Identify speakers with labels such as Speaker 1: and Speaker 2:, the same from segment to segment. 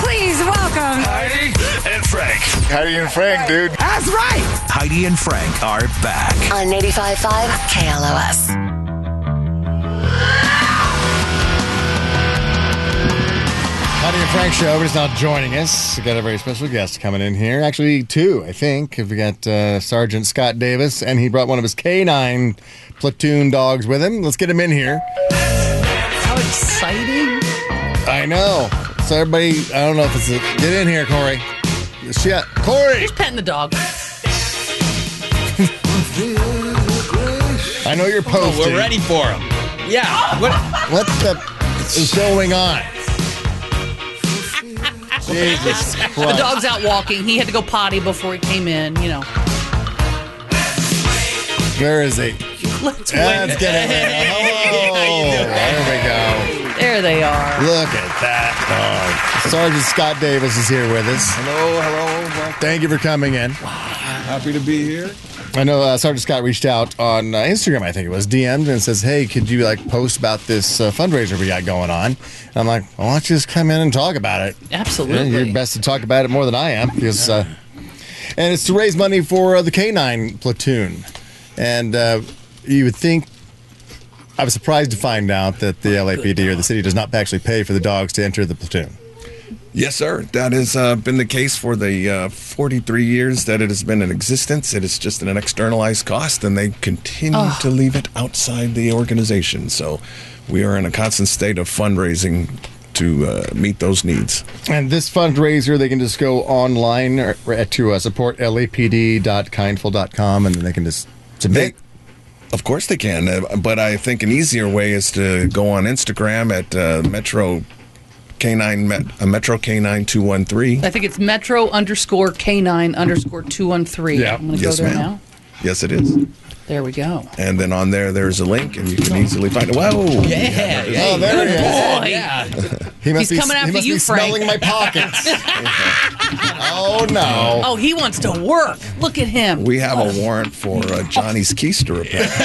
Speaker 1: Please welcome.
Speaker 2: Heidi and Frank.
Speaker 3: Heidi and Frank, dude.
Speaker 4: That's right.
Speaker 2: Heidi and Frank are back.
Speaker 5: on 85.5 KLOS.
Speaker 3: Heidi and Frank show. Everybody's now joining us. We got a very special guest coming in here. Actually, two, I think. We got uh, Sergeant Scott Davis, and he brought one of his K9 platoon dogs with him. Let's get him in here.
Speaker 4: How exciting.
Speaker 3: I know. So everybody, I don't know if it's a, get in here, Corey. Shit, Corey.
Speaker 6: Just petting the dog.
Speaker 3: I know you're
Speaker 7: Oh,
Speaker 3: posting.
Speaker 7: we're ready for him. Yeah. What?
Speaker 3: What the is going on? Jesus Christ.
Speaker 6: The dog's out walking. He had to go potty before he came in. You know.
Speaker 3: Where is he?
Speaker 6: Let's
Speaker 3: Let's get him in. Oh, there we go.
Speaker 6: There they are.
Speaker 3: Look at that dog. Sergeant Scott Davis is here with us.
Speaker 7: Hello, hello.
Speaker 3: Thank you for coming in.
Speaker 7: Happy to be here.
Speaker 3: I know uh, Sergeant Scott reached out on uh, Instagram, I think it was, DM'd and says, "Hey, could you like post about this uh, fundraiser we got going on?" And I'm like, well, "Why don't you just come in and talk about it?" Yeah,
Speaker 6: Absolutely.
Speaker 3: you're best to talk about it more than I am because, uh, and it's to raise money for uh, the K9 platoon, and uh, you would think. I was surprised to find out that the LAPD or the city does not actually pay for the dogs to enter the platoon.
Speaker 8: Yes, sir. That has uh, been the case for the uh, 43 years that it has been in existence. It is just an externalized cost, and they continue to leave it outside the organization. So we are in a constant state of fundraising to uh, meet those needs.
Speaker 3: And this fundraiser, they can just go online or, or at to uh, support lapd.kindful.com and then they can just submit.
Speaker 8: They, of course they can, uh, but I think an easier way is to go on Instagram at uh, Metro K9 Met, uh, Metro K9 two one three.
Speaker 6: I think it's Metro underscore K9 underscore 213.
Speaker 3: Yeah.
Speaker 6: I'm going to
Speaker 8: Yes,
Speaker 6: go there
Speaker 8: ma'am.
Speaker 6: now.
Speaker 8: Yes, it is.
Speaker 6: There we go.
Speaker 8: And then on there, there's a link, and you can easily find it. Whoa!
Speaker 7: Yeah. yeah.
Speaker 3: oh, there he is.
Speaker 6: Boy.
Speaker 3: He must be,
Speaker 6: He's coming
Speaker 3: he
Speaker 6: after
Speaker 3: must
Speaker 6: you,
Speaker 3: be
Speaker 6: Frank.
Speaker 3: smelling my pockets. oh, no.
Speaker 6: Oh, he wants to work. Look at him.
Speaker 8: We have a warrant for uh, Johnny's keister. apparently.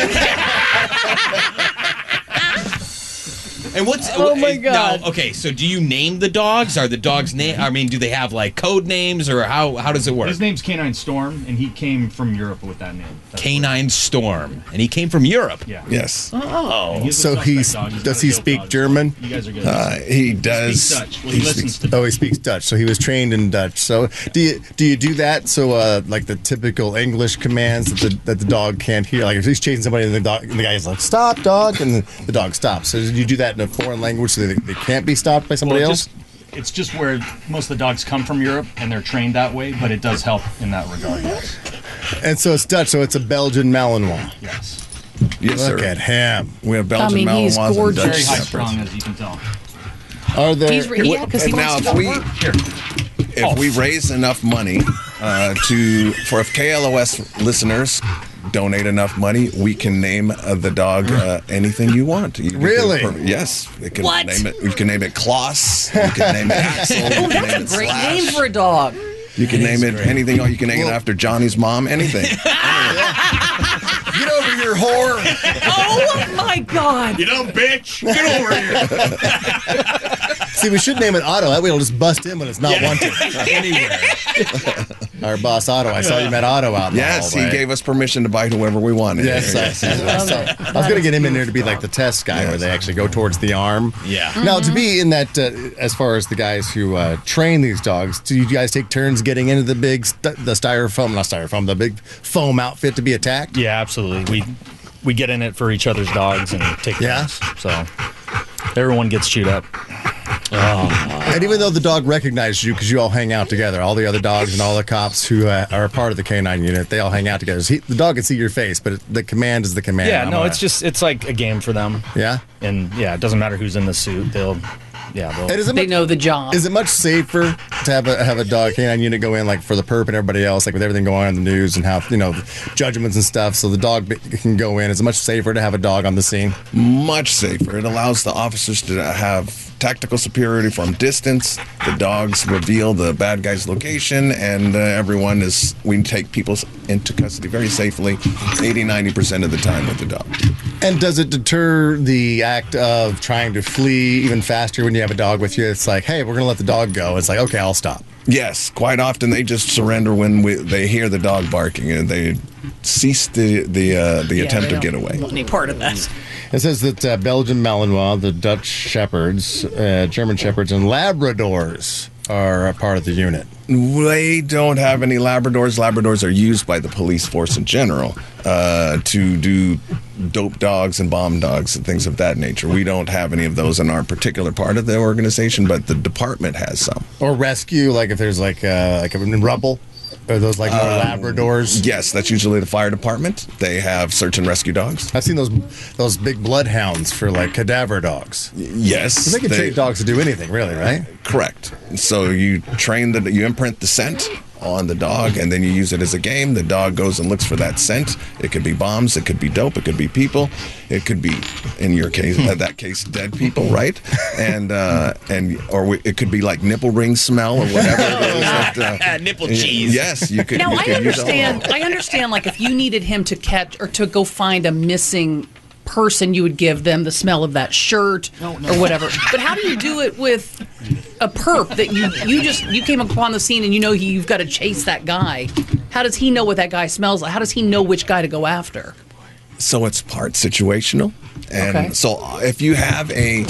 Speaker 7: And what's?
Speaker 6: Oh my
Speaker 7: uh,
Speaker 6: God.
Speaker 7: Now, okay, so do you name the dogs? Are the dogs name? I mean, do they have like code names or how? How does it work?
Speaker 9: His name's Canine Storm, and he came from Europe with that name. That's
Speaker 7: Canine Storm, and he came from Europe.
Speaker 9: Yeah.
Speaker 8: Yes,
Speaker 7: Oh.
Speaker 9: He's
Speaker 3: So
Speaker 9: a suspect
Speaker 3: he's-
Speaker 9: dog. He's
Speaker 3: does
Speaker 9: not a
Speaker 3: he
Speaker 9: dope
Speaker 3: speak
Speaker 9: dog.
Speaker 3: German?
Speaker 9: You guys are good.
Speaker 8: uh, he does.
Speaker 9: speaks Dutch. Well, he,
Speaker 8: he
Speaker 9: listens
Speaker 8: speaks-
Speaker 9: to
Speaker 3: Oh, he speaks Dutch, so he was trained in Dutch. So, do you do you do that? So, uh, like the typical English commands that the, that the dog can't hear. Like if he's chasing somebody, and the dog, and the guy's like, "Stop, dog!" and the, the dog stops. So, do you do that in a foreign language so they, they can't be stopped by somebody
Speaker 9: Well,
Speaker 3: else?
Speaker 9: just, it's just where most of the dogs come from Europe, and they're trained that way. But it does help in that regard. Yes.
Speaker 3: And so it's Dutch, so it's a Belgian Malinois.
Speaker 9: yes.
Speaker 8: Yes,
Speaker 3: Look
Speaker 8: sir.
Speaker 3: at him.
Speaker 8: We have
Speaker 6: I
Speaker 8: Belgian
Speaker 6: mean, he's
Speaker 8: Malinois and
Speaker 6: gorgeous.
Speaker 8: Dutch
Speaker 9: Very high
Speaker 8: Shepherds.
Speaker 9: strung, as you can tell.
Speaker 3: Are there?
Speaker 6: He's re- yeah, because he
Speaker 8: And now,
Speaker 6: wants
Speaker 8: if
Speaker 6: to
Speaker 8: we
Speaker 6: work.
Speaker 9: Here.
Speaker 8: if we raise enough money uh, to for if KLOS listeners donate enough money, we can name uh, the dog uh, anything you want. You can-
Speaker 3: Really?
Speaker 8: yes. You can
Speaker 6: What?
Speaker 8: name it. You can name it Klaus. You can name it Axel. you
Speaker 6: Oh,
Speaker 8: can
Speaker 6: that's
Speaker 8: name
Speaker 6: a
Speaker 8: it
Speaker 6: great
Speaker 8: Slash.
Speaker 6: name for a dog.
Speaker 8: You can name it anything. You can name it
Speaker 3: Well-
Speaker 8: after Johnny's mom. Anything.
Speaker 3: Get over here, whore.
Speaker 6: Oh my God.
Speaker 7: You dumb bitch! Get over here.
Speaker 3: See, we should name it Otto. That way, it'll just bust in when it's not wanted.
Speaker 7: Anywhere.
Speaker 3: Our boss Otto. I saw you met Otto out. in the
Speaker 8: Yes, he
Speaker 3: hallway.
Speaker 8: gave us permission to bite whoever we wanted.
Speaker 3: Yes, I, I saw. I was going to get him in there to be like the test guy, where they actually go towards the arm.
Speaker 7: Yeah.
Speaker 3: Now, to be in that, uh, as far as the guys who uh, train these dogs, do you guys take turns getting into the big, st- the styrofoam, not styrofoam, the big foam outfit to be attacked?
Speaker 9: Yeah, absolutely. We we get in it for each other's dogs and take.
Speaker 3: Yeah?
Speaker 9: turns. So everyone gets chewed up.
Speaker 3: And even though the dog recognizes you because you all hang out together, all the other dogs and all the cops who uh, are a part of the canine unit, they all hang out together. So he, the dog can see your face, but it, the command is the command.
Speaker 9: Yeah.
Speaker 3: I'm
Speaker 9: No,
Speaker 3: gonna-
Speaker 9: it's just it's like a game for them.
Speaker 3: yeah.
Speaker 9: And yeah, it doesn't matter who's in the suit. They'll. Yeah. They'll,
Speaker 3: And is it
Speaker 6: They
Speaker 3: much-
Speaker 6: know the job.
Speaker 3: Is it much safer to have a have a dog canine unit go in like for the perp and everybody else, like with everything going on in the news and how you know judgments and stuff? So the dog b- can go in. Is it much safer to have a dog on the scene?
Speaker 8: Much safer. It allows the officers to have tactical superiority from distance. The dogs reveal the bad guy's location, and uh, everyone is. We take people into custody very safely, 80 90% of the time with the dog.
Speaker 3: And does it deter the act of trying to flee even faster when you have a dog with you? It's like, hey, we're gonna let the dog go. It's like, okay, I'll stop.
Speaker 8: Yes, quite often they just surrender when we, they hear the dog barking and they cease the the uh, the attempt to get away.
Speaker 1: Want any part of that?
Speaker 3: It says that uh, Belgian Malinois, the Dutch Shepherds, uh, German Shepherds, and Labradors are a part of the unit.
Speaker 8: They don't have any Labradors. Labradors are used by the police force in general uh, to do dope dogs and bomb dogs and things of that nature. We don't have any of those in our particular part of the organization, but the department has some.
Speaker 3: Or rescue, like if there's like uh, like in rubble. Are those like more Labradors?
Speaker 8: Yes, that's usually the fire department. They have search and rescue dogs.
Speaker 3: I've seen those those big bloodhounds for like cadaver dogs.
Speaker 8: Yes,
Speaker 3: They can train dogs to do anything, really, right?
Speaker 8: Correct. So you train the you imprint the scent on the dog, and then you use it as a game. The dog goes and looks for that scent. It could be bombs, it could be dope, it could be people, it could be, in your case, in that case, dead people, right? And uh, and or we, it could be like nipple ring smell or whatever. it is that, uh,
Speaker 7: Nipple cheese.
Speaker 8: Yes, you could.
Speaker 6: Now
Speaker 8: you
Speaker 6: I
Speaker 8: could use all of
Speaker 6: understand.
Speaker 8: them.
Speaker 6: I understand. Like if you needed him to catch or to go find a missing person, you would give them the smell of that shirt or whatever. But how do you do it with a perp that you you just you came upon the scene and you know you've got to chase that guy? How does he know what that guy smells like? How does he know which guy to go after?
Speaker 8: so it's part situational and
Speaker 6: Okay.
Speaker 8: so uh, if you have a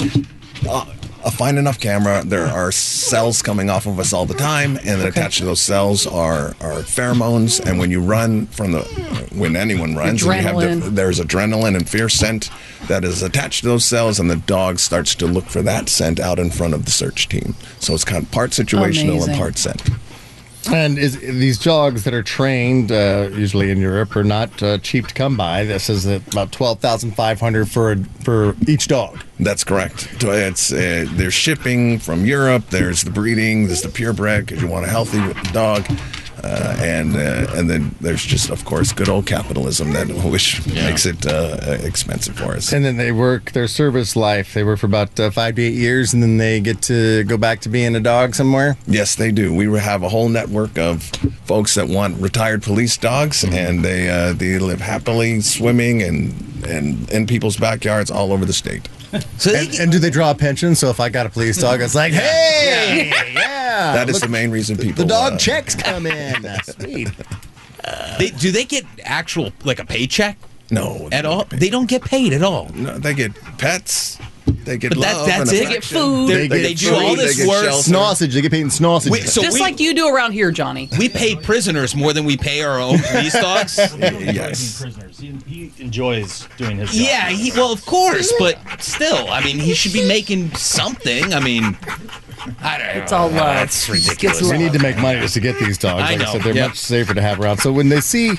Speaker 8: uh, a fine enough camera there are cells coming off of us all the time and then attached to those cells are are pheromones and when you run from the when anyone runs and you have the,
Speaker 6: Adrenaline.
Speaker 8: there's adrenaline and fear scent that is attached to those cells and the dog starts to look for that scent out in front of the search team so it's kind of part situational
Speaker 6: Amazing.
Speaker 8: and part scent
Speaker 3: And is, these dogs that are trained, uh, usually in Europe, are not uh, cheap to come by. This is about twelve thousand five hundred for for each dog.
Speaker 8: That's correct. So It's uh, there's shipping from Europe. There's the breeding. There's the purebred because you want a healthy dog, uh, and uh, and then there's just of course good old capitalism that which makes it uh, expensive for us.
Speaker 3: And then they work their service life. They work for about uh, five to eight years, and then they get to go back to being a dog somewhere.
Speaker 8: Yes, they do. We have a whole network of folks that want retired police dogs,
Speaker 3: Mm-hmm.
Speaker 8: and they uh, they live happily swimming and and in people's backyards all over the state.
Speaker 7: So they
Speaker 3: And, and do they draw a pension? So if I got a police dog, it's like, hey, yeah,
Speaker 8: That is the main reason people
Speaker 3: the dog
Speaker 8: uh,
Speaker 3: checks come in. Sweet.
Speaker 7: They, do they get actual like a paycheck
Speaker 8: No,
Speaker 7: at all? They don't get paid at all.
Speaker 8: No, they get pets. They get
Speaker 7: But that-
Speaker 8: love.
Speaker 7: that's
Speaker 8: and
Speaker 7: it? They
Speaker 6: Get
Speaker 8: affection.
Speaker 6: food,
Speaker 7: They,
Speaker 3: get
Speaker 7: they do all
Speaker 8: food, they
Speaker 7: this
Speaker 8: get
Speaker 7: work.
Speaker 8: shelter.
Speaker 3: Snossage. They get paid in snossage.
Speaker 7: We- so
Speaker 6: just
Speaker 7: we,
Speaker 6: like you do around here, Johnny.
Speaker 7: we pay prisoners more than we pay our own police dogs.
Speaker 8: Yes.
Speaker 9: Prisoners. He, he enjoys doing his job.
Speaker 7: yeah, he, well, of course, but still, I mean, he should be making something. I mean, I don't know.
Speaker 6: It's all love.
Speaker 7: That's ridiculous.
Speaker 3: We need to make money just to get these dogs.
Speaker 7: I
Speaker 3: Like I,
Speaker 7: know,
Speaker 3: said, they're
Speaker 7: yeah.
Speaker 3: much safer to have around. So when they see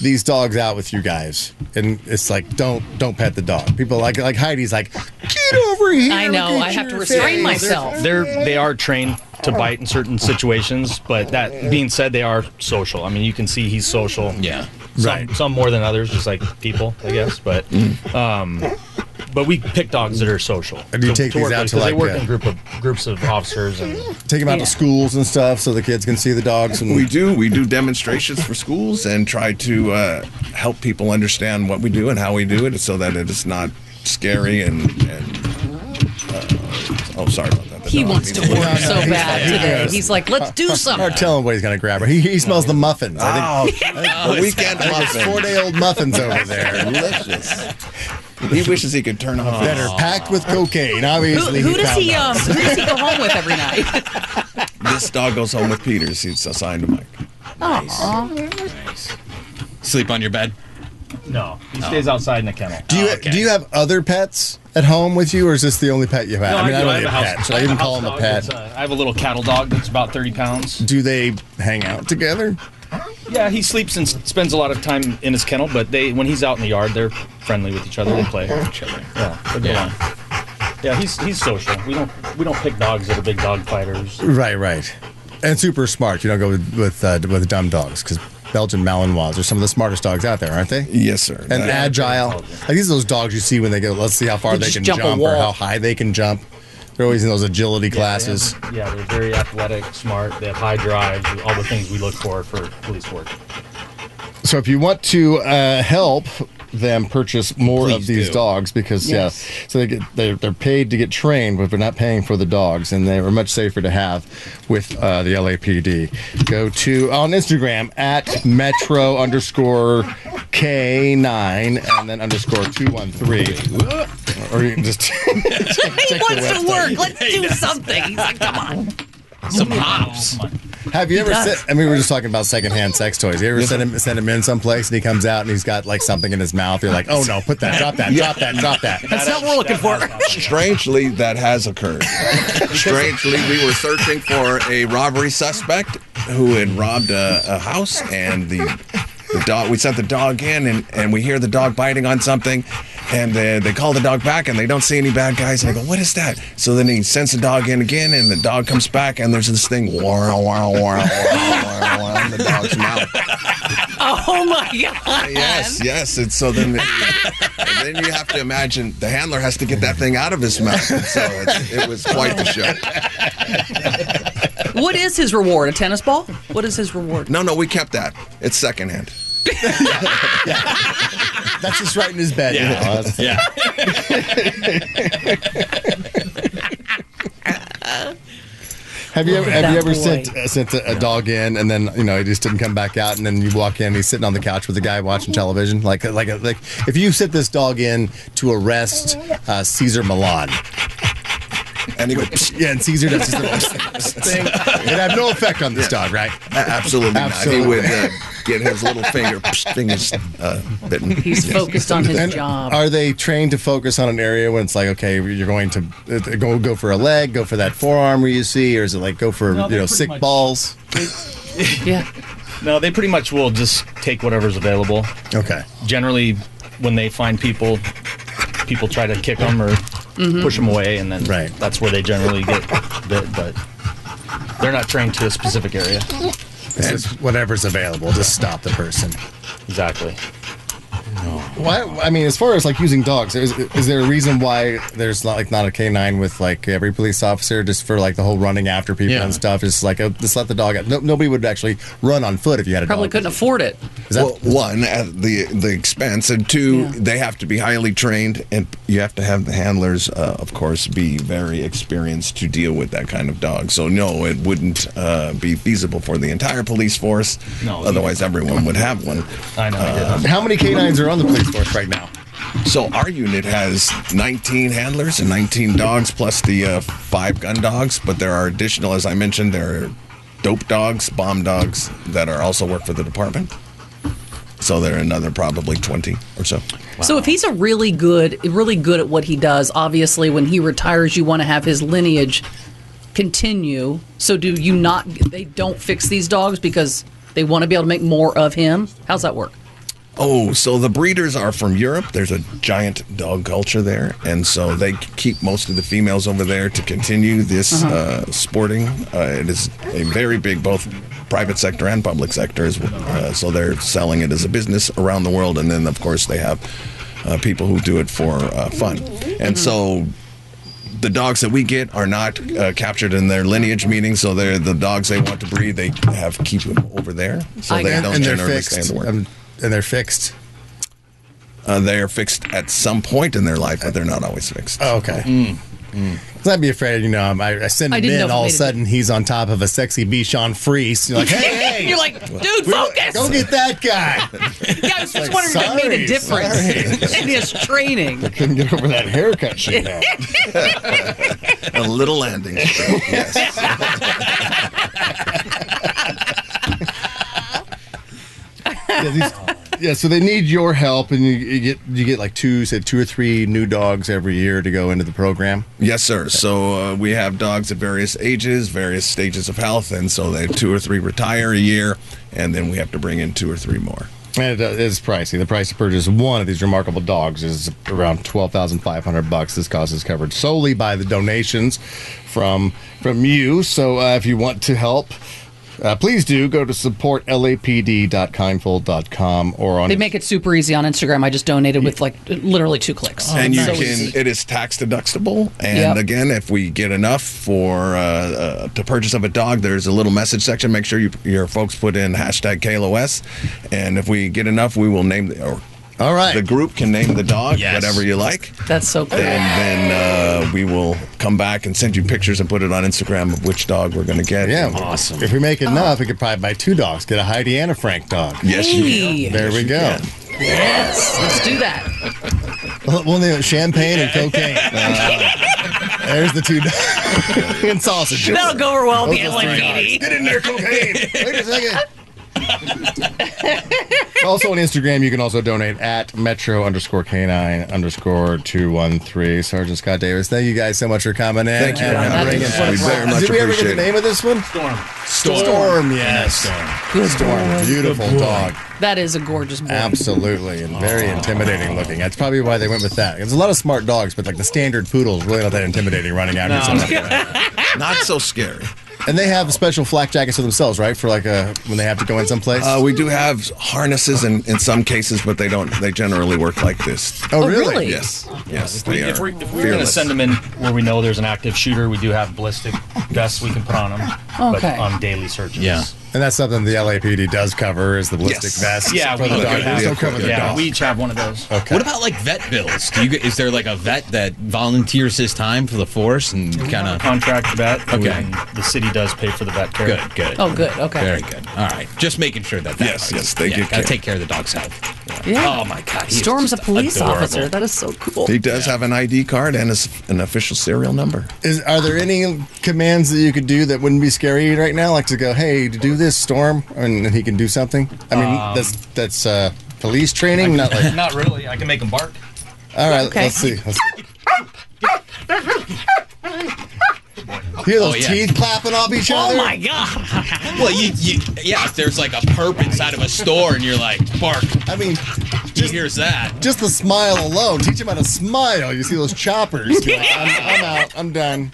Speaker 3: these dogs out with you guys, and it's like, don't don't pet the dog. People like like Heidi's like, get over here.
Speaker 6: I know,
Speaker 3: look at
Speaker 6: I have to
Speaker 3: your
Speaker 6: restrain
Speaker 3: face."
Speaker 6: myself.
Speaker 9: They're they are trained to bite in certain situations, but that being said, they are social. I mean, you can see he's social.
Speaker 7: Yeah.
Speaker 9: some, Some more than others, just like people, I guess. But um, but we pick dogs that are social.
Speaker 3: Mm. And do you take these
Speaker 9: work
Speaker 3: out
Speaker 9: with,
Speaker 3: to,
Speaker 9: 'cause they
Speaker 3: like,
Speaker 9: work
Speaker 3: uh,
Speaker 9: in group of groups of officers and
Speaker 3: Take them out
Speaker 6: Yeah.
Speaker 3: to schools and stuff so the kids can see the dogs. And
Speaker 8: We do. We do demonstrations for schools and try to uh, help people understand what we do and how we do it so that it is not scary and. and uh, oh, sorry about that. The
Speaker 6: He
Speaker 8: dog
Speaker 6: wants to
Speaker 8: needs-
Speaker 6: work so
Speaker 3: he's
Speaker 6: bad
Speaker 3: like,
Speaker 6: today.
Speaker 3: yes.
Speaker 6: He's like, let's do
Speaker 3: Or
Speaker 6: something.
Speaker 3: tell him what he's gonna grab her. He, he smells the muffins. I
Speaker 8: Oh, the weekend
Speaker 3: think four
Speaker 8: muffin.
Speaker 3: day old muffins over there
Speaker 8: Delicious. He wishes he could turn off.
Speaker 3: that
Speaker 8: Better.
Speaker 3: are packed with cocaine.
Speaker 6: Who,
Speaker 3: Obviously,
Speaker 6: who does
Speaker 3: found
Speaker 6: he
Speaker 3: that.
Speaker 6: um? Who does he go home with every night?
Speaker 8: This dog goes home with Peters. He's assigned to Mike.
Speaker 7: Sleep on your bed.
Speaker 9: no, he stays outside in the kennel.
Speaker 3: Do you do you have other pets at home with you, or is this the only pet you have?
Speaker 9: No,
Speaker 3: I mean, I,
Speaker 9: do.
Speaker 3: don't
Speaker 9: have
Speaker 3: need a
Speaker 9: house-
Speaker 3: pet. Should
Speaker 9: I
Speaker 3: I
Speaker 9: have
Speaker 3: even
Speaker 9: house
Speaker 3: call him a
Speaker 9: dog
Speaker 3: pet?
Speaker 9: that's, uh, I have a little cattle dog that's about 30 pounds.
Speaker 3: Do they hang out together?
Speaker 9: Yeah, he sleeps and s- spends a lot of time in his kennel, but they when he's out in the yard, they're friendly with each other. They play with each other. Yeah, they get along. Yeah, he's he's social. We don't we don't pick dogs that are big dog fighters.
Speaker 3: Right, right. And super smart. You don't go with with, uh, with dumb dogs because Belgian Malinois are some of the smartest dogs out there, aren't they?
Speaker 8: Yes, sir.
Speaker 3: And agile. Like these are those dogs you see when they go. Let's see how far
Speaker 6: They
Speaker 3: they,
Speaker 6: just
Speaker 3: can
Speaker 6: jump
Speaker 3: jump,
Speaker 6: a
Speaker 3: or
Speaker 6: wall.
Speaker 3: how high they can jump. They're always in those agility classes.
Speaker 9: Yeah, they're very athletic, smart. They have high drives, all the things we look for for police work.
Speaker 3: So if you want to uh, help them purchase more
Speaker 7: Please
Speaker 3: of these
Speaker 7: do.
Speaker 3: dogs, because
Speaker 6: Yes.
Speaker 3: yeah, so they get they're, they're paid to get trained, but they're not paying for the dogs, and they are much safer to have with uh, the LAPD. Go to on Instagram at metro underscore k nine and then underscore two one three, or you can just
Speaker 6: He wants to work. Let's do something. He's like, come on.
Speaker 7: Some hops.
Speaker 3: Have you ever
Speaker 6: does.
Speaker 3: sent? I mean, we were just talking about secondhand sex toys. You ever send him send him in someplace and he comes out and he's got like something in his mouth? You're like, oh no, put that, drop that, drop that, drop that.
Speaker 6: That's not what we're looking for.
Speaker 8: Strangely, that has occurred. Strangely, we were searching for a robbery suspect who had robbed a, a house, and the, the dog. We sent the dog in, and, and we hear the dog biting on something, and they, they call the dog back, and they don't see any bad guys. And they go, "What is that?" So then he sends the dog in again, and the dog comes back, and there's this thing, wow, wow, wow, wow, wow, in the dog's mouth.
Speaker 6: Oh my god.
Speaker 8: Yes, yes. And so then, and then you have to imagine the handler has to get that thing out of his mouth. And so it's, it was quite the show.
Speaker 6: What is his reward? A tennis ball? What is his reward?
Speaker 8: No, no, we kept that. It's secondhand.
Speaker 3: That's just right in his bed. you know. That's-
Speaker 7: Yeah.
Speaker 3: Have you ever,
Speaker 6: at
Speaker 3: have you
Speaker 6: that
Speaker 3: ever
Speaker 6: boy.
Speaker 3: sent uh, sent a, a dog in and then you know he just didn't come back out and then you walk in and he's sitting on the couch with a guy watching television like like like if you sent this dog in to arrest uh, Caesar Milan
Speaker 8: And he goes,
Speaker 3: yeah and Caesar does his little thing it had no effect on this dog right
Speaker 8: absolutely,
Speaker 3: Absolutely.
Speaker 8: not. He would uh, get his little finger, fingers uh, bitten.
Speaker 6: He's focused on his
Speaker 3: uh,
Speaker 6: job.
Speaker 3: Are they trained to focus on an area when it's like, okay, you're going to uh, go go for a leg, go for that forearm where you see, or is it like go for
Speaker 9: No,
Speaker 3: you
Speaker 9: they're
Speaker 3: know
Speaker 9: pretty
Speaker 3: sick
Speaker 9: much-
Speaker 3: balls?
Speaker 6: yeah.
Speaker 9: No, they pretty much will just take whatever's available.
Speaker 3: Okay,
Speaker 9: Generally, when they find people, people try to kick them or push them away, and then
Speaker 3: Right.
Speaker 9: that's where they generally get bit. But they're not trained to a specific area.
Speaker 3: it's just whatever's available. Just stop the person.
Speaker 9: Exactly.
Speaker 3: Why? I mean, as far as like using dogs, is, is there a reason why there's not like not a canine with like every police officer just for like the whole running after people
Speaker 7: Yeah.
Speaker 3: and stuff? It's like oh, just let the dog out. No, nobody would actually run on foot if you had a
Speaker 6: Probably
Speaker 3: dog.
Speaker 6: couldn't afford it.
Speaker 3: Is that-
Speaker 8: well, one at the the expense, and two,
Speaker 6: Yeah.
Speaker 8: they have to be highly trained, and you have to have the handlers, uh, of course, be very experienced to deal with that kind of dog. So no, it wouldn't uh, be feasible for the entire police force.
Speaker 9: No,
Speaker 8: otherwise everyone would have one. Uh,
Speaker 9: I know. I did.
Speaker 3: How many canines are on the police force right now?
Speaker 8: So our unit has 19 handlers and 19 dogs, plus the uh, five gun dogs. But there are additional, as I mentioned, there are dope dogs, bomb dogs that are also work for the department. So there are another probably 20 or so.
Speaker 6: So if he's a really good, really good at what he does, obviously when he retires, you want to have his lineage continue. So do you not? They don't fix these dogs because they want to be able to make more of him. How's that work?
Speaker 8: Oh, so the breeders are from Europe. There's a giant dog culture there, and so they keep most of the females over there to continue this
Speaker 3: Uh-huh.
Speaker 8: uh sporting. Uh, it is a very big, both private sector and public sector. Is, uh, so they're selling it as a business around the world, and then of course they have uh, people who do it for uh, fun.
Speaker 3: Mm-hmm.
Speaker 8: And so the dogs that we get are not uh, captured in their lineage, meaning so they're the dogs they want to breed. They have keep them over there, so
Speaker 6: I
Speaker 8: they
Speaker 6: got-
Speaker 8: don't
Speaker 3: and they're
Speaker 8: generally stay in
Speaker 3: fixed.
Speaker 8: the work.
Speaker 3: Um, and they're fixed.
Speaker 8: Uh, they are fixed at some point in their life, but they're not always fixed.
Speaker 3: Oh, okay. I'd be afraid, you know, um, I, I send
Speaker 6: I
Speaker 3: him
Speaker 6: didn't know
Speaker 3: in,
Speaker 6: if
Speaker 3: all of a
Speaker 6: it made a
Speaker 3: sudden he's on top of a sexy Bichon Frise. You're like, hey, hey,
Speaker 6: You're like, dude, focus.
Speaker 3: go get that guy.
Speaker 6: yeah, I was just wondering if it made
Speaker 3: sorry,
Speaker 6: a difference in his training.
Speaker 3: Couldn't get over that haircut she had.
Speaker 8: a little landing. strip, yes.
Speaker 3: Yeah, these- yeah, so they need your help, and you, you get you get like two, say two or three new dogs every year to go into the program.
Speaker 8: yes, sir. So uh, we have dogs at various ages, various stages of health, and so they two or three retire a year, and then we have to bring in two or three more.
Speaker 3: And it is pricey. The price to purchase one of these remarkable dogs is around twelve thousand five hundred bucks. This cost is covered solely by the donations from from you. So uh, if you want to help, Uh, please do go to supportlapd.kindfold.com or on
Speaker 6: They make it super easy on Instagram. I just donated with like literally two clicks.
Speaker 8: Oh, and you
Speaker 6: So
Speaker 8: can
Speaker 6: easy.
Speaker 8: it is tax deductible and
Speaker 6: Yep.
Speaker 8: again if we get enough for uh, uh, to purchase of a dog there's a little message section make sure you, your folks put in hashtag klos and if we get enough we will name the or uh,
Speaker 3: All right.
Speaker 8: the group can name the dog
Speaker 7: Yes.
Speaker 8: whatever you like
Speaker 6: That's so cool.
Speaker 8: and then uh, we will come back and send you pictures and put it on instagram of which dog we're going to get
Speaker 3: Yeah.
Speaker 7: Awesome.
Speaker 3: If we
Speaker 6: Oh.
Speaker 3: make enough, we could probably buy two dogs. Get a Heidi and a Frank dog.
Speaker 8: yes you can.
Speaker 6: Hey,
Speaker 3: There we go.
Speaker 6: yes, let's do that.
Speaker 3: We'll name it champagne and cocaine. Uh, there's the two dogs. and sausages.
Speaker 6: That'll Oh, go over well with the
Speaker 3: Those are
Speaker 6: LAPD.
Speaker 3: Get in there, cocaine. Wait a second. also on Instagram, you can also donate at metro underscore canine underscore 213. Sergeant Scott Davis, thank you guys so much for coming in.
Speaker 8: thank you
Speaker 3: And uh,
Speaker 8: Hannah.
Speaker 3: bringing-
Speaker 8: we very much
Speaker 3: Did we ever get the
Speaker 8: appreciate it
Speaker 3: name of this one?
Speaker 9: Storm.
Speaker 3: Storm. yes.
Speaker 6: Good boy.
Speaker 3: Storm. Beautiful dog.
Speaker 6: That is a gorgeous boy.
Speaker 3: Absolutely, and very intimidating looking. That's probably why they went with that. There's a lot of smart dogs, but like the standard poodle's really not that intimidating running out here. sometimes.
Speaker 8: not so scary
Speaker 3: And they have special flak jackets for themselves, right? For like uh when they have to go in someplace.
Speaker 8: Uh, we do have harnesses in, in some cases, but they don't. They generally work like this.
Speaker 3: oh,
Speaker 6: Oh,
Speaker 3: really?
Speaker 6: really?
Speaker 8: Yes, yes, they
Speaker 9: If
Speaker 8: are.
Speaker 9: we if we we're going to
Speaker 8: fearless.
Speaker 9: send them in where we know there's an active shooter, we do have ballistic vests we can put on them.
Speaker 6: Okay.
Speaker 9: But on daily searches.
Speaker 7: Yeah.
Speaker 3: And that's something the LAPD does cover is the ballistic
Speaker 8: Yes.
Speaker 3: vest.
Speaker 9: Yeah,
Speaker 3: for
Speaker 9: we
Speaker 3: the
Speaker 9: do
Speaker 3: dog.
Speaker 9: have-
Speaker 3: They don't cover the
Speaker 9: Yeah,
Speaker 3: dog.
Speaker 9: we each have one of those.
Speaker 3: okay.
Speaker 7: What about like vet bills? Do you get, is there like a vet that volunteers his time for the force and kind of
Speaker 9: Contract vet.
Speaker 7: Okay.
Speaker 9: And the city does pay for the vet care.
Speaker 7: good, good.
Speaker 6: Oh, good.
Speaker 7: Very
Speaker 6: Okay.
Speaker 7: good. All right, just making sure that. that
Speaker 8: Yes,
Speaker 7: part
Speaker 8: yes,
Speaker 7: is-
Speaker 8: they
Speaker 7: yeah,
Speaker 8: get
Speaker 7: gotta
Speaker 8: care.
Speaker 7: take care of the dog's health.
Speaker 6: Yeah.
Speaker 7: Oh my God, he is
Speaker 6: Storm's a
Speaker 7: just
Speaker 6: police
Speaker 7: adorable.
Speaker 6: officer. That is so cool.
Speaker 8: He does have an ID card and is an official serial number.
Speaker 3: Is, are there any commands that you could do that wouldn't be scary right now? Like to go, hey, to do this, Storm, and he can do something. I mean,
Speaker 9: Um,
Speaker 3: that's that's uh, police training, not like.
Speaker 9: Not really. I can make them bark.
Speaker 3: All right,
Speaker 6: Okay.
Speaker 3: let's see. Let's see. Hear those
Speaker 7: Oh, yeah.
Speaker 3: teeth clapping off each
Speaker 6: Oh
Speaker 3: other?
Speaker 6: my god.
Speaker 7: Well, you, you, yeah. If there's like a perp inside of a store and you're like, bark,
Speaker 3: I mean,
Speaker 7: he hears that.
Speaker 3: just the smile alone. Teach him how to smile. You see those choppers. You're like, I'm, I'm out. I'm done.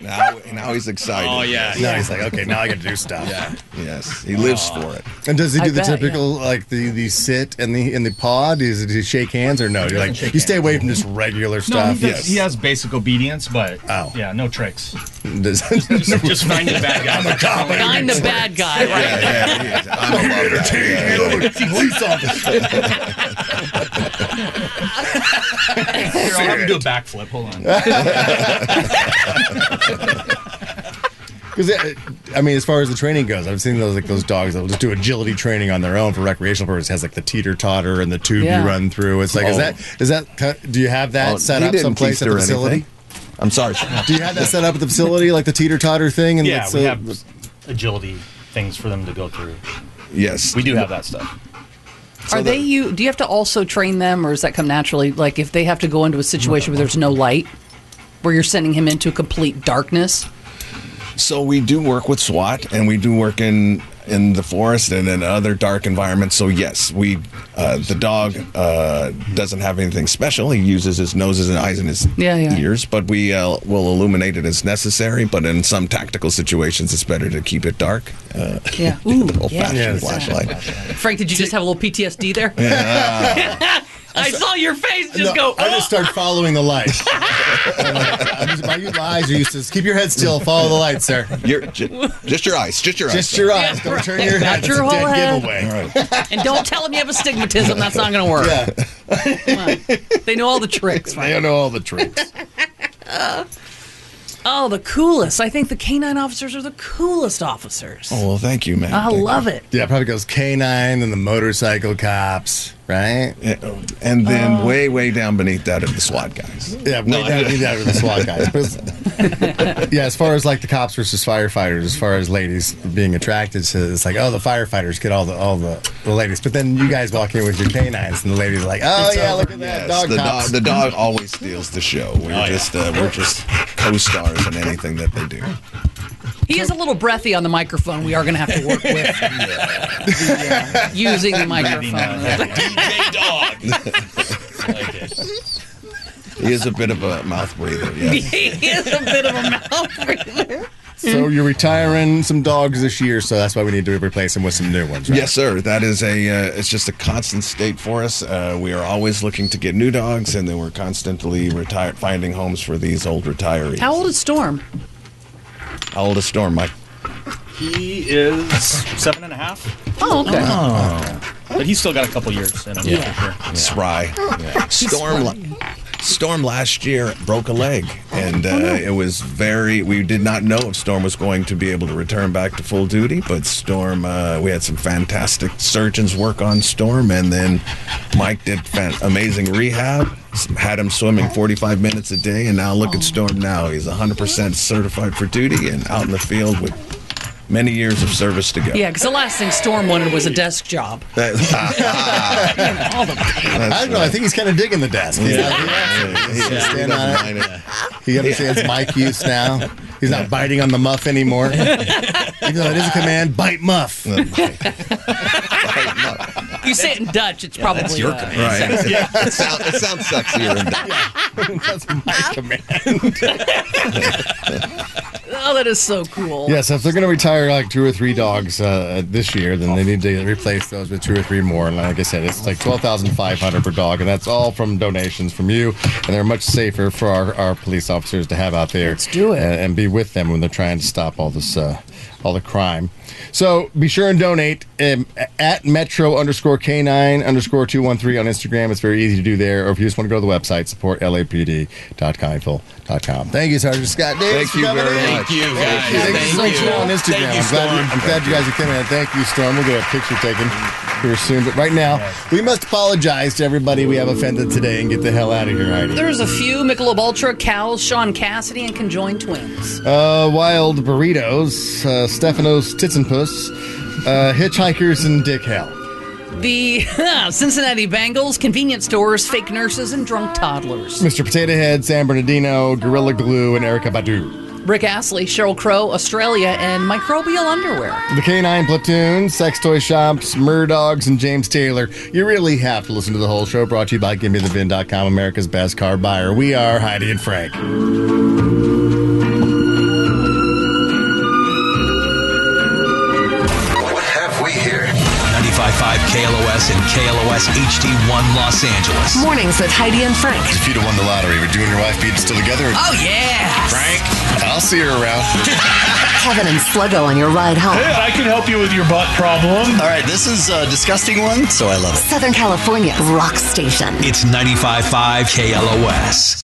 Speaker 8: Now, now he's excited.
Speaker 7: Oh yeah.
Speaker 3: Now he's like, okay, now I got to do stuff.
Speaker 7: Yeah.
Speaker 8: Yes, he lives for it.
Speaker 3: And does he do
Speaker 6: I
Speaker 3: the
Speaker 6: bet, yeah.
Speaker 3: typical like the the sit and the in the pod? Is does he shake hands or no? You're like you stay away from just regular
Speaker 9: No,
Speaker 3: stuff.
Speaker 9: he, does,
Speaker 8: yes.
Speaker 9: he has basic obedience, but
Speaker 3: Oh.
Speaker 9: yeah, no tricks.
Speaker 3: Does-
Speaker 9: Just, just find the bad guy.
Speaker 6: Find the bad guy. Right.
Speaker 8: Yeah, yeah, he is. I'm a love guy. Yeah, yeah.
Speaker 3: police officer.
Speaker 9: Here, I'll have you do a backflip. Hold on.
Speaker 3: Because uh, I mean, as far as the training goes, I've seen those like those dogs that will just do agility training on their own for recreational purposes. It has like the teeter totter and the tube
Speaker 6: Yeah.
Speaker 3: you run through. It's like, is
Speaker 8: Oh.
Speaker 3: that is that cut- do you have that
Speaker 8: Oh,
Speaker 3: set
Speaker 8: he
Speaker 3: up
Speaker 8: didn't
Speaker 3: someplace
Speaker 8: teach
Speaker 3: at the
Speaker 8: her
Speaker 3: facility?
Speaker 8: anything. I'm sorry.
Speaker 3: Do you have that set up at the facility, like the teeter totter thing? And
Speaker 9: Yeah,
Speaker 3: it's,
Speaker 9: we
Speaker 3: uh,
Speaker 9: have agility things for them to go through.
Speaker 8: Yes,
Speaker 9: We do have that stuff.
Speaker 6: Are they you? Do you have to also train them, or does that come naturally? Like if they have to go into a situation where there's no light, where you're sending him into complete darkness.
Speaker 8: So we do work with SWAT, and we do work in in the forest and in other dark environments. So yes, we uh, the dog uh, doesn't have anything special. He uses his noses and eyes and his
Speaker 6: Yeah, yeah.
Speaker 8: ears, but we uh, will illuminate it as necessary. But in some tactical situations, it's better to keep it dark. Uh,
Speaker 6: Yeah. Ooh.
Speaker 8: old-fashioned
Speaker 3: Yeah,
Speaker 8: flashlight.
Speaker 6: Frank, did you just have a little PTSD there? I saw your face just
Speaker 3: No,
Speaker 6: go. "Oh."
Speaker 3: I just start following the light. I'm like, I'm just- my eyes are used to keep your head still, follow the light, sir.
Speaker 8: Your, ju- just your eyes. Just your eyes.
Speaker 3: Just your eyes. Don't turn your
Speaker 6: Not
Speaker 3: head.
Speaker 6: your
Speaker 3: it's a
Speaker 6: whole
Speaker 3: dead
Speaker 6: head.
Speaker 3: giveaway.
Speaker 8: All right.
Speaker 6: "Oh." And don't tell him you have astigmatism. That's not going to work.
Speaker 3: Yeah,
Speaker 6: They know all the tricks.
Speaker 3: I don't know all the tricks.
Speaker 6: Oh, the coolest. I think the canine officers are the coolest officers.
Speaker 8: Oh, well, thank you, man.
Speaker 6: I
Speaker 8: Thank you.
Speaker 6: love it.
Speaker 3: Yeah, probably goes canine, then the motorcycle cops, right?
Speaker 8: Uh, And then way, way down beneath that are the SWAT guys.
Speaker 3: Yeah, we
Speaker 8: No,
Speaker 3: don't need that with the SWAT guys. But- yeah, as far as like the cops versus firefighters, as far as ladies being attracted to, it's like, oh, the firefighters get all the all the, the ladies, but then you guys walk in with your canines, and the ladies are like, oh yeah, look at that
Speaker 8: Yes,
Speaker 3: dog
Speaker 8: the
Speaker 3: cops.
Speaker 8: dog. The dog always steals the show. We're just uh, we're just co-stars in anything that they do.
Speaker 6: He is a little breathy on the microphone. We are going to have to work with the, uh, using the microphone.
Speaker 7: DJ dog. I like it.
Speaker 8: He is a bit of a mouth breather. Yeah.
Speaker 6: he is a bit of a mouth breather.
Speaker 8: Mm-hmm.
Speaker 3: So you're retiring some dogs this year, so that's why we need to replace them with some new ones. Right?
Speaker 8: Yes, sir. That is a. Uh, it's just a constant state for us. Uh, we are always looking to get new dogs, and then we're constantly retire finding homes for these old retirees.
Speaker 6: How old is Storm?
Speaker 8: How old is Storm, Mike?
Speaker 9: He is seven and a half,
Speaker 6: Oh, okay.
Speaker 9: but he's still got a couple years in him. Yeah. For sure.
Speaker 8: Spry. Storm. la- Storm last year broke a leg, and uh, it was very. We did not know if Storm was going to be able to return back to full duty, but Storm. Uh, we had some fantastic surgeons work on Storm, and then Mike did fan- amazing rehab. s- Had him swimming 45 minutes a day, and now look at Storm now. He's 100% certified for duty and out in the field with many years of service to go.
Speaker 6: Yeah, because the last thing Storm wanted was a desk job.
Speaker 3: I don't know. I think he's kind of digging the desk. You know?
Speaker 8: He- he
Speaker 3: Stand
Speaker 8: doesn't
Speaker 3: on it.
Speaker 8: mind it.
Speaker 3: He understands Mike use now. He's not biting on the muff anymore. Even though it is a command, bite muff.
Speaker 6: You say it in Dutch, it's probably
Speaker 7: That's your
Speaker 6: uh,
Speaker 7: command.
Speaker 8: Right. It, sound, it sounds sexier than that.
Speaker 3: That's my command.
Speaker 6: Oh, that is so cool.
Speaker 3: Yeah, so if they're going to retire like two or three dogs uh, this year, then they need to replace those with two or three more. And like I said, it's like twelve thousand five hundred per dog, and that's all from donations from you. And they're much safer for our, our police officers to have out there. Let's
Speaker 6: do it.
Speaker 3: and, and be with them when they're trying to stop all this uh, all the crime. So be sure and donate um, at Metro underscore K9 underscore 213 on Instagram. It's very easy to do there. Or if you just want to go to the website, support lapd.kindful.com. Thank you, Sergeant Scott Davis.
Speaker 8: Thank
Speaker 3: for
Speaker 8: you
Speaker 3: coming
Speaker 8: very
Speaker 3: in.
Speaker 8: much.
Speaker 7: Thank you, guys.
Speaker 3: Thank, you so much
Speaker 7: Thank you.
Speaker 3: for on Instagram.
Speaker 7: Thank you,
Speaker 3: I'm glad, you,
Speaker 7: Storm.
Speaker 3: I'm glad you guys are coming in. Thank you, Storm. We'll get a picture taken here soon. But right now, we must apologize to everybody we have offended today and get the hell out of here, Heidi.
Speaker 6: There's a few Michelob Ultra, Cows, Sean Cassidy, and conjoined twins.
Speaker 3: Uh, wild burritos, uh, Stefano's tits and puss, uh, hitchhikers and dick hell.
Speaker 6: The Cincinnati Bengals, convenience stores, fake nurses, and drunk toddlers.
Speaker 3: Mr. Potato Head, San Bernardino, Gorilla Glue, and Erica Badu.
Speaker 6: Rick Astley, Cheryl Crow, Australia, and microbial underwear.
Speaker 3: The Canine Platoon, Sex Toy Shops, Murdogs, and James Taylor. You really have to listen to the whole show brought to you by GiveMeTheVin.com, America's best car buyer. We are Heidi and Frank.
Speaker 2: What have we here? 95.5 KLOS and KLOS HD1 Los Angeles.
Speaker 5: Mornings with Heidi and Frank.
Speaker 3: If you'd have won the lottery, would you and your wife be still together?
Speaker 5: Oh, yeah.
Speaker 3: Frank, I'll see her around.
Speaker 5: Kevin and Sluggo on your ride home.
Speaker 1: Yeah, I can help you with your butt problem.
Speaker 10: All right, this is a disgusting one, so I love it.
Speaker 5: Southern California rock station.
Speaker 2: It's 95.5 KLOS.